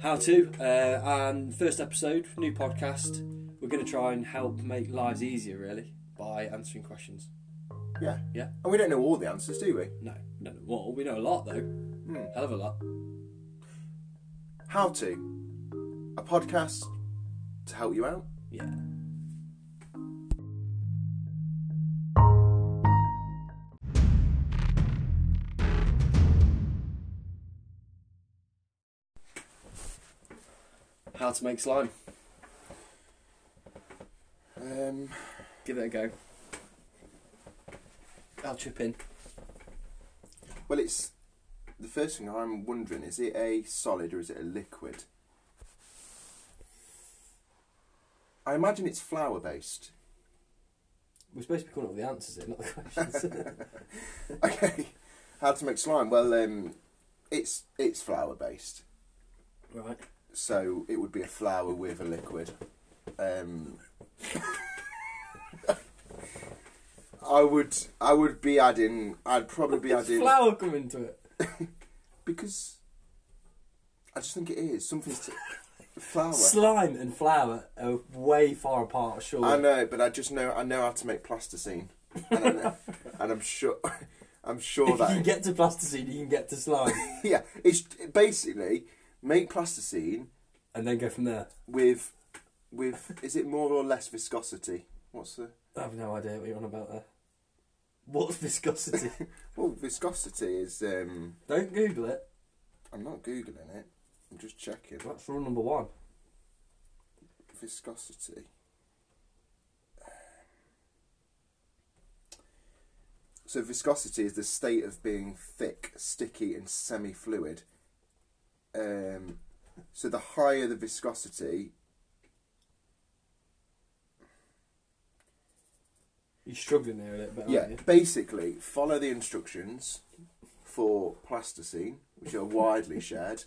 how to uh, and first episode new podcast we're going to try and help make lives easier really by answering questions Yeah. Yeah. And we don't know all the answers, do we? no no no well we know a lot though hell of a lot How to? A podcast to help you out. yeah how to make slime Um, give it a go i'll chip in well, it's the first thing I'm wondering is it a solid or is it a liquid? I imagine it's flour based. we're supposed to be calling all the answers here not the questions okay. How to make slime? Well, um, it's it's flour based. right so it would be a flour with a liquid. Um, I would, I would be adding. I'd probably be adding flour come into it because I just think it is something's to, flour. Slime and flour are way far apart, surely. I know, but I just know. I know how to make plasticine, and, I know, and I'm sure. I'm sure if you that can get to plasticine, you can get to slime, yeah. It's basically make plasticine and then go from there. with with is it more or less viscosity? What's the I have no idea what you're on about there. What's viscosity? Well, Oh, viscosity is. Um, Don't Google it. I'm not googling it. I'm just checking. That's rule number one. Viscosity. So viscosity is the state of being thick, sticky, and semi-fluid. Um, so the higher the viscosity, You're struggling there a little bit, aren't yeah. you? Basically, follow the instructions for plasticine, which are widely shared,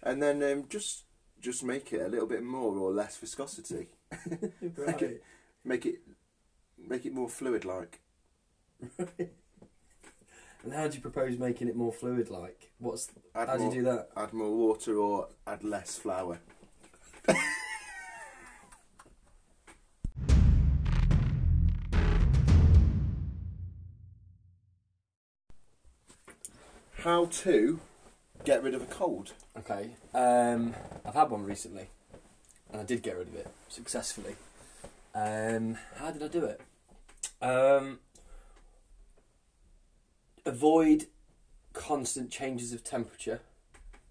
and then um, just just make it a little bit more or less viscosity. Right. Okay. make it make it more fluid like And how do you propose making it more fluid like? What's add how do more, you do that? add more water or add less flour how to get rid of a cold Okay. Um, I've had one recently, and I did get rid of it successfully. Um, how did I do it? Um, avoid constant changes of temperature.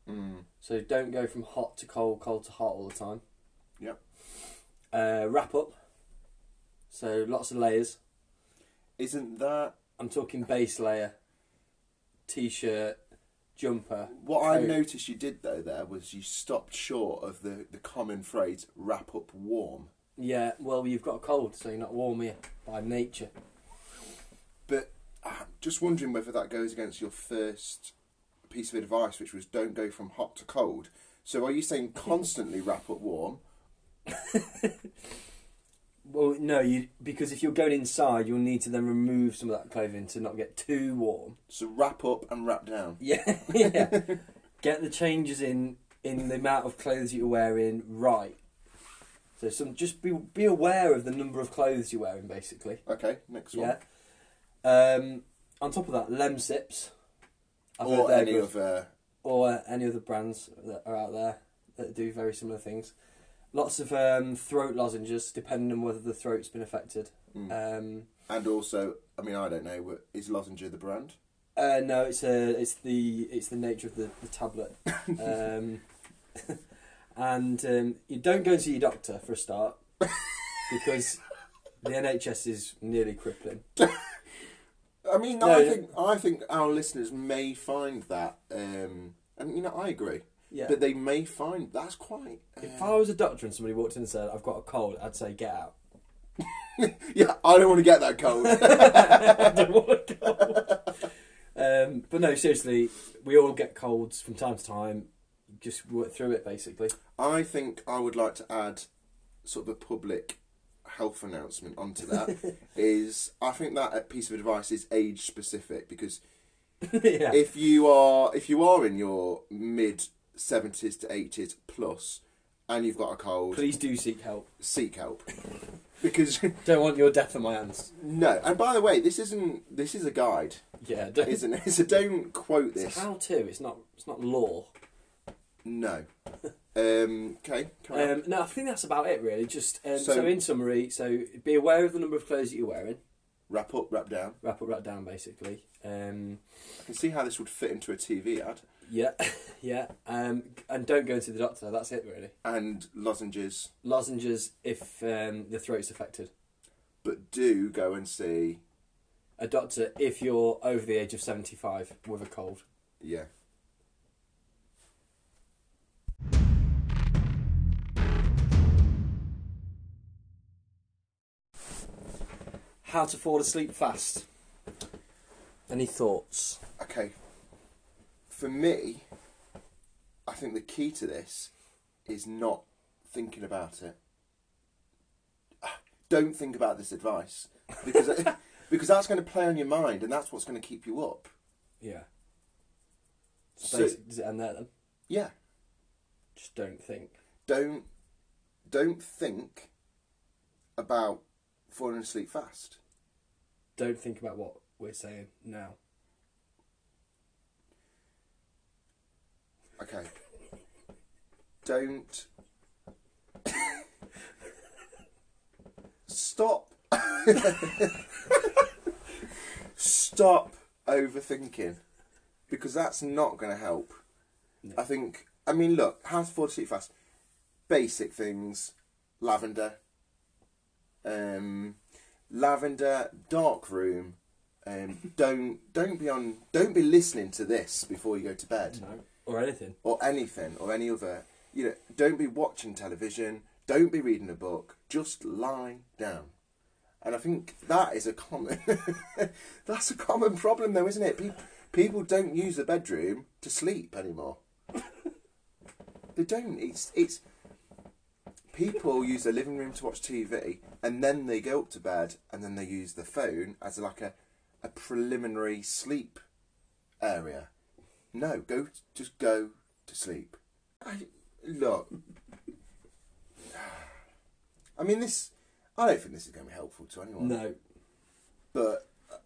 mm. So don't go from hot to cold, cold to hot all the time. Yep. Uh, wrap up. So lots of layers. isn't that I'm talking base layer, t-shirt, jumper. what I Coat. noticed you did though there was you stopped short of the, the common phrase wrap up warm Yeah. Well, you've got a cold, so you're not warm here by nature. But I'm just wondering whether that goes against your first piece of advice, which was don't go from hot to cold. So are you saying constantly wrap up warm? Well, no, you because if you're going inside, you'll need to then remove some of that clothing to not get too warm. So wrap up and wrap down. Yeah, yeah. get the changes in in the amount of clothes you're wearing right. So some just be be aware of the number of clothes you're wearing, basically. Okay, next one. Yeah. Um, on top of that, Lem Sips. I've heard or they're any uh, good. other. or uh, any other brands that are out there that do very similar things. Lots of um, throat lozenges, depending on whether the throat's been affected. Mm. Um, And also, I mean, I don't know, but is Lozenger the brand? Uh, no, it's a, it's the it's the nature of the, the tablet, um, and um, you don't go and see your doctor for a start because the NHS is nearly crippling. I mean, No, I yeah. think I think our listeners may find that. Um, and you know, I agree, Yeah. but they may find that's quite. if uh, I was a doctor and somebody walked in and said, "I've got a cold," I'd say, "Get out." yeah, I don't want to get that cold. I don't want a cold. um, but no, seriously, we all get colds from time to time. Just work through it, basically. I think I would like to add sort of a public health announcement onto that is I think that a piece of advice is age specific because yeah. if you are if you are in your mid 70s to 80s plus, and you've got a cold, Please do seek help. seek help. because, Don't want your death on my hands. no, and by the way, this isn't, this is a guide, Yeah, don't. isn't it? So don't It's quote this. how to. It's not. It's not law. No. Um, okay, carry on. Um, no, I think that's about it really. Just um, so, So- in summary, so be aware of the number of clothes that you're wearing. Wrap up, wrap down. Wrap up, wrap down, basically. Um, I can see how this would fit into a TV ad. yeah, yeah, um, and don't go and see the doctor. That's it really. And lozenges, Lozenges if um, the throat's affected. but do go and see. A doctor if you're over the age of seventy-five with a cold. Yeah. How to fall asleep fast. Any thoughts? Okay. For me, I think the key to this is not thinking about it. Ah, Don't think about this advice because because that's going to play on your mind and that's what's going to keep you up. Yeah. So, So does it end there then? yeah, Just don't think. don't don't think about falling asleep fast. Don't think about what we're saying now. Okay. Don't. Stop. Stop overthinking because that's not going to help. I think, I mean, look, how to fall asleep fast. Basic things lavender, um, lavender, dark room. Um, don't don't be on don't be listening to this before you go to bed No. Or anything. or anything or any other you know don't be watching television don't be reading a book just lie down and i think that is a common that's a common problem though isn't it people, people don't use the bedroom to sleep anymore they don't it's it's people use their living room to watch tv and then they go up to bed and then they use the phone as like a, a preliminary sleep area no, go. Just go to sleep. I, look, I mean this. I don't think this is going to be helpful to anyone. No. But uh,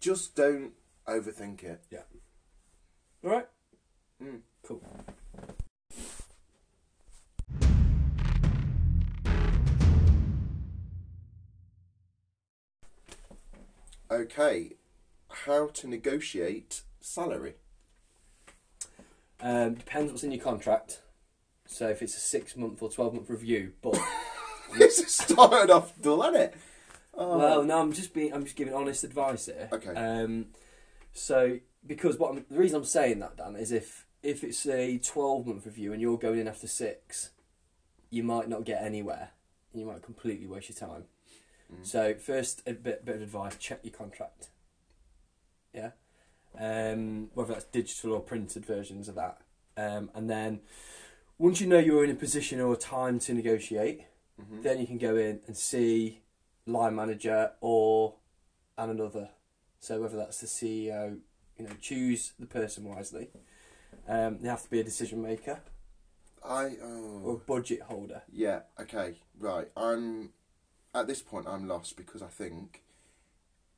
just don't overthink it. Yeah. All right. Mm. Cool. Okay, how to negotiate salary? Um, depends what's in your contract. So if it's a six month or twelve month review, but this has started off dull, hasn't it? Oh. well, no, I'm just being, I'm just giving honest advice here. Okay. Um, so because what I'm, the reason I'm saying that, Dan, is if if it's a twelve month review and you're going in after six, you might not get anywhere. and You might completely waste your time. So first, a bit bit of advice: check your contract. Yeah, um, whether that's digital or printed versions of that, um, and then once you know you're in a position or time to negotiate, then you can go in and see line manager or and another. So whether that's the CEO, you know, choose the person wisely. Um, they have to be a decision maker I or a oh budget holder. yeah. Okay, right. I'm at this point. I'm lost because I think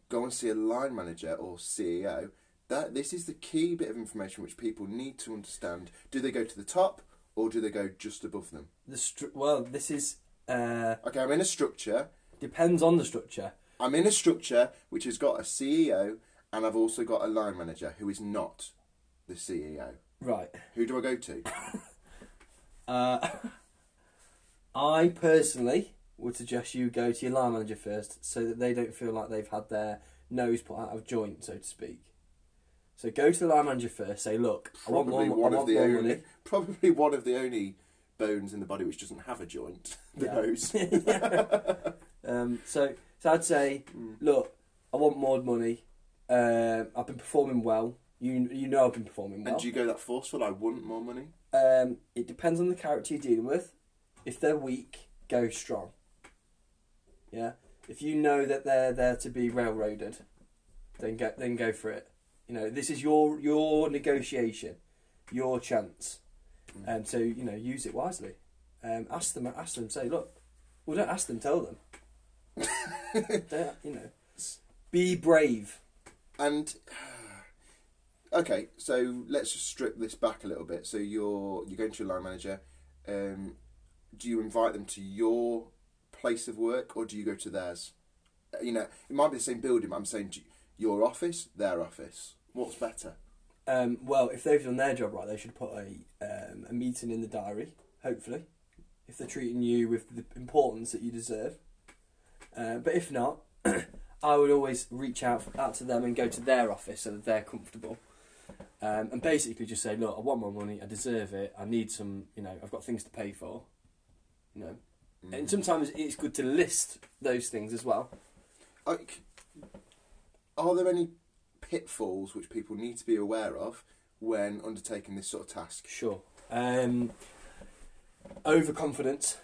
go and see a line manager or CEO. That this is the key bit of information which people need to understand. Do they go to the top or do they go just above them? The stru- well, this is uh, Okay, I'm in a structure. depends on the structure. I'm in a structure which has got a CEO and I've also got a line manager who is not the CEO. Right. Who do I go to? Uh, I personally would suggest you go to your line manager first so that they don't feel like they've had their nose put out of joint, so to speak. So go to the line manager first, say, look, I Probably want more, one I of want the more only. money. Probably one of the only bones in the body which doesn't have a joint. The Yeah. nose. Um, so, so I'd say, look, I want more money. Um I've been performing well. You, you know I've been performing well. And do you go that forceful? I want more money. Um, it depends on the character you're dealing with. If they're weak, go strong. Yeah. If you know that they're there to be railroaded, then go then go for it. You know, this is your your negotiation. your chance. Um, so you know, use it wisely. Um, ask them. Ask them. Say, look. Well, don't ask them. Tell them. Don't- you know, be brave. And okay, so let's just strip this back a little bit. So you're you're going to your line manager. Um, do you invite them to your place of work or do you go to theirs? Uh, You know, it might be the same building. But I'm saying do you- your office, their office. What's better? Um, well, if they've done their job right, they should put a um, a meeting in the diary. Hopefully, if they're treating you with the importance that you deserve. Uh, but if not, I would always reach out, out to them and go to their office so that they're comfortable. Um, and basically just say, look, I want my money. I deserve it. I need some. You know, I've got things to pay for. You know, Mm. and sometimes it's good to list those things as well. Like, are there any pitfalls which people need to be aware of when undertaking this sort of task? Sure. Um, overconfidence.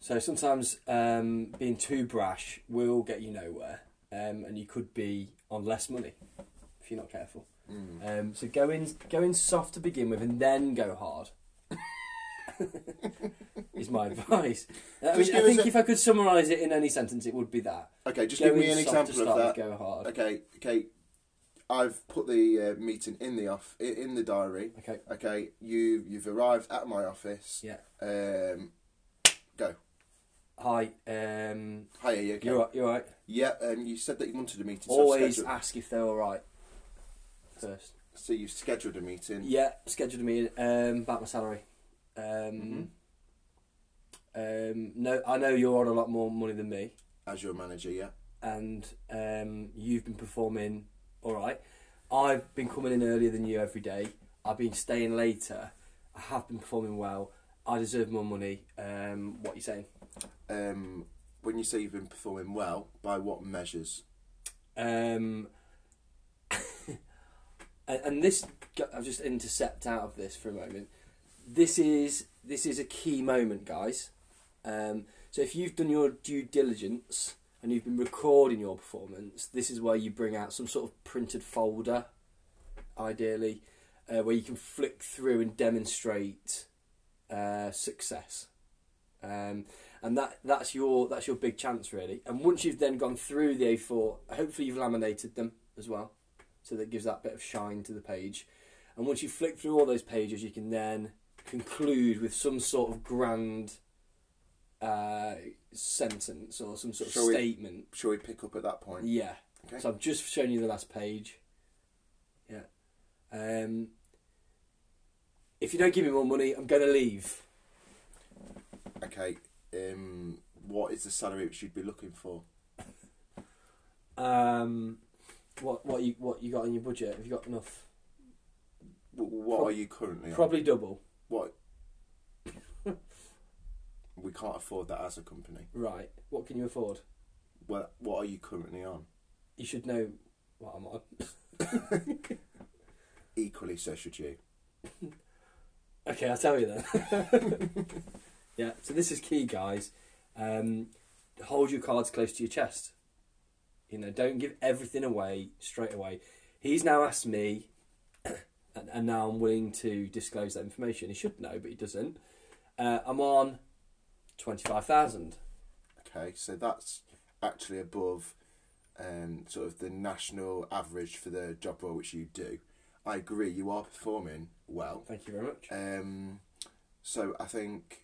So sometimes um, being too brash will get you nowhere, um, and you could be on less money if you're not careful. Mm. Um, so go in, go in soft to begin with, and then go hard. is my advice. I, Just mean, I give think us a- if I could summarise it in any sentence, it would be that. Okay, just Go give me in an soft to example start of that. with, Go hard. Okay, okay. I've put the uh, meeting in the off i- in the diary. Okay. Okay, you you've arrived at my office. Yeah. Um, go. Hi. Um, Hi, are you okay? You're right. You're right. Yeah. Um, you said that you wanted a meeting. So I've Always scheduled- ask if they're all right first. so you've scheduled a meeting. Yeah, scheduled a meeting um, about my salary. Um, um, no, I know you're on a lot more money than me, As your manager, yeah. and um, you've been performing all right. I've been coming in earlier than you every day. I've been staying later. I have been performing well. I deserve more money. Um, what are you saying? Um, when you say you've been performing well, by what measures? Um, and, and this, I'll just intercept out of this for a moment. This is this is a key moment, guys. Um, so if you've done your due diligence and you've been recording your performance, this is where you bring out some sort of printed folder, ideally, uh, where you can flick through and demonstrate uh, success. Um, and that that's your that's your big chance really. And once you've then gone through the A4, hopefully you've laminated them as well, so that gives that bit of shine to the page. And once you flick through all those pages, you can then conclude with some sort of grand uh, sentence or some sort of Shall we- statement. Shall we pick up at that point? Yeah. Okay. So I've just shown you the last page. Yeah. Um, if you don't give me more money, I'm going to leave. Okay. Um, what is the salary which you'd be looking for? Um, what what you what you got in your budget? Have you got enough? Wh- What Prob- are you currently on? Probably double. What? we can't afford that as a company. Right. What can you afford? Well, what are you currently on? You should know what I'm on. Equally, so should you. Okay, I'll tell you then. yeah. So this is key, guys. Um, hold your cards close to your chest. You know, don't give everything away straight away. He's now asked me, and, and now I'm willing to disclose that information. He should know, but he doesn't. Uh, I'm on twenty-five thousand. Okay, so that's actually above um, sort of the national average for the job role which you do. I agree, you are performing well. Thank you very much. Um, so I think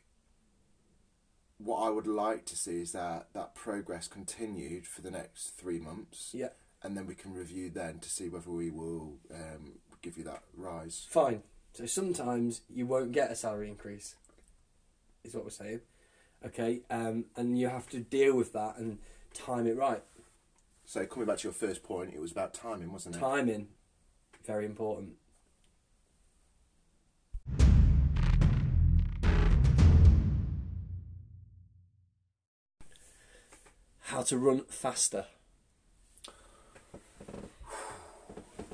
what I would like to see is that that progress continued for the next three months. Yeah. And then we can review then to see whether we will um, give you that rise. Fine. So sometimes you won't get a salary increase, is what we're saying. Okay, um, and you have to deal with that and time it right. So coming back to your first point, it was about timing, wasn't it? Timing, very important. How to run faster.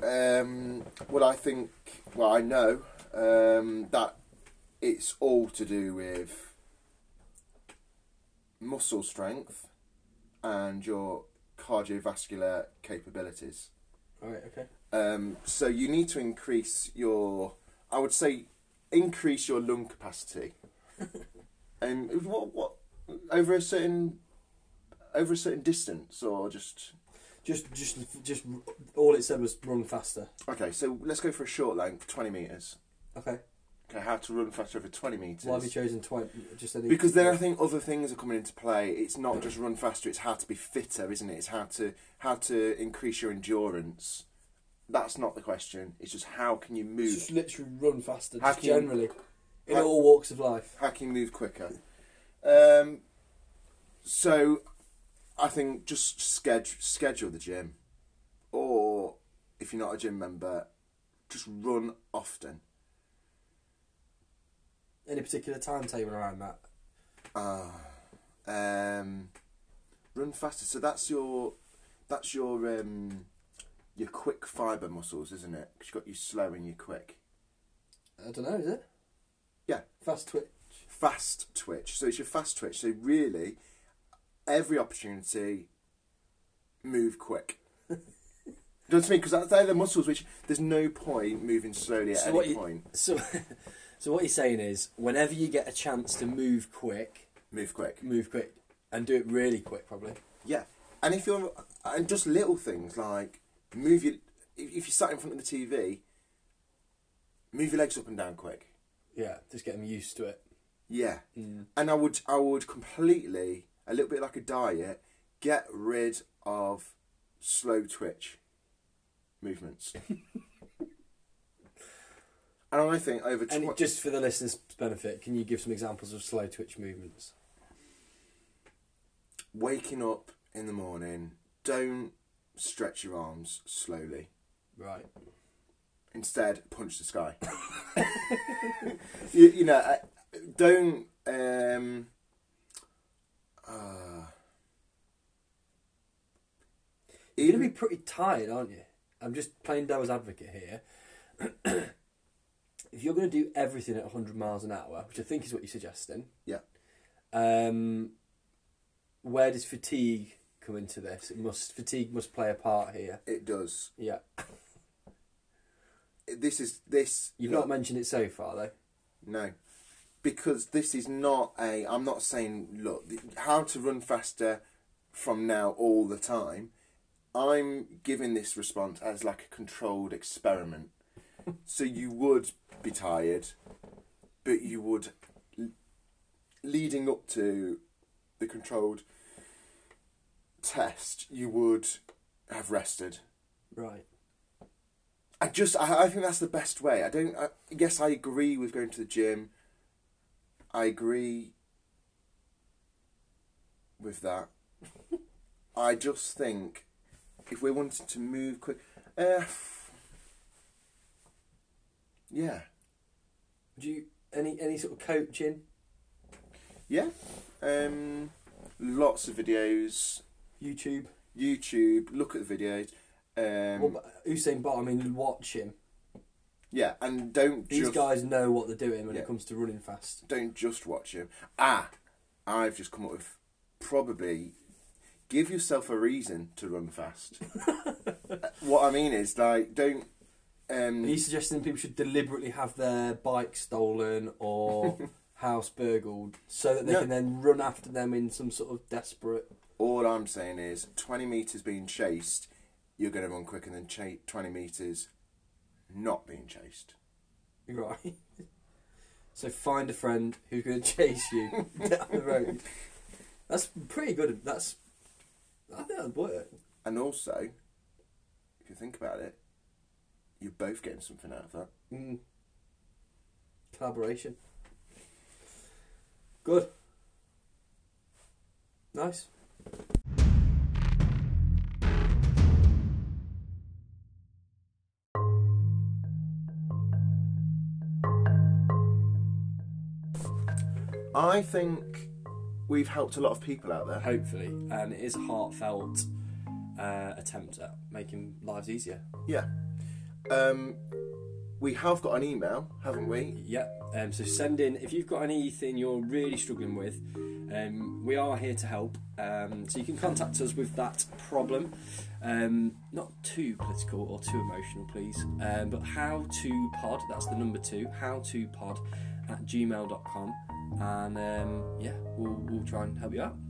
Um, well, I think, well, I know um, that it's all to do with muscle strength and your cardiovascular capabilities. All right. Okay. Um, so you need to increase your I would say increase your lung capacity. and what what over a certain over a certain distance or just Just, just, just. All it said was run faster. okay. So let's go for a short length, twenty meters. Okay. Okay, how to run faster over twenty meters. Why have you chosen twenty? Just any. Because then I think other things are coming into play. It's not just run faster; it's how to be fitter, isn't it? It's how to how to increase your endurance. That's not the question. It's just how can you It's move? just literally run faster. How Just can you- generally, in how- all walks of life. How can you move quicker? Um, so, I think just schedule schedule the gym, or if you're not a gym member, just run often. Any particular timetable around that? Ah, um, run faster. So that's your that's your um, your quick fiber muscles, isn't it? 'Cause you've got your slow and your quick. I don't know. Is it? Yeah. Fast twitch. Fast twitch. So it's your fast twitch. So really, every opportunity, move quick. Do you know what I mean? Because they're the muscles which there's no point moving slowly at So what any you- point. So, so what you're saying is, whenever you get a chance to move quick, Move quick. move quick, and do it really quick, probably. Yeah, and if you're and just little things like move your if, if you sat in front of the TV, move your legs up and down quick. Yeah. Just get them used to it. Yeah, and I would I would completely a little bit like a diet get rid of slow twitch movements. and I think over And twen- just for the listeners' benefit, can you give some examples of slow twitch movements? waking up in the morning, don't stretch your arms slowly. Right. instead punch the sky. you, you know, I- don't. Um, uh, You're gonna even be pretty tired, aren't you? I'm just playing devil's advocate here. if you're gonna do everything at 100 miles an hour, which I think is what you're suggesting, yeah, um, where does fatigue come into this? It must fatigue must play a part here. it does. Yeah, This is this. you've no, not mentioned it so far though. no, because this is not a. I'm not saying look the, how to run faster from now all the time. I'm giving this response as like a controlled experiment. so you would be tired, but you would, l- leading up to the controlled test, you would have rested. Right. I just, I, I think that's the best way. I don't, I, yes, I agree with going to the gym. I agree with that. I just think if we're wanting to move quick, uh, yeah, Do you any any sort of coaching? yeah, um, lots of videos, YouTube. YouTube, look at the videos, um, Well, but Usain Bolt. I mean, watch him. yeah, and don't These just guys know what they're doing when Yeah. it comes to running fast. don't just watch him. Ah, I've just come up with probably give yourself a reason to run fast. what I mean is like don't Are um you suggesting people should deliberately have their bike stolen or house burgled so that they No. can then run after them in some sort of desperate? all I'm saying is 20 meters being chased, you're going to run quicker than cha- 20 meters not being chased. Right. So find a friend who's going to chase you down the road. That's pretty good. That's I think that'd work. And also, if you think about it, you're both getting something out of that. Mm. Collaboration. Good. Nice. I think we've helped a lot of people out there. Hopefully, and it is a heartfelt uh, attempt at making lives easier. Yeah. Um, we have got an email, haven't we? Yeah. Um, so send in if you've got anything you're really struggling with. Um, we are here to help. Um, so you can contact us with that problem. Um, not too political or too emotional, please. Um, but how to pod, that's the number two, how to pod at gmail.com. And um, yeah, we'll, we'll try and help you out.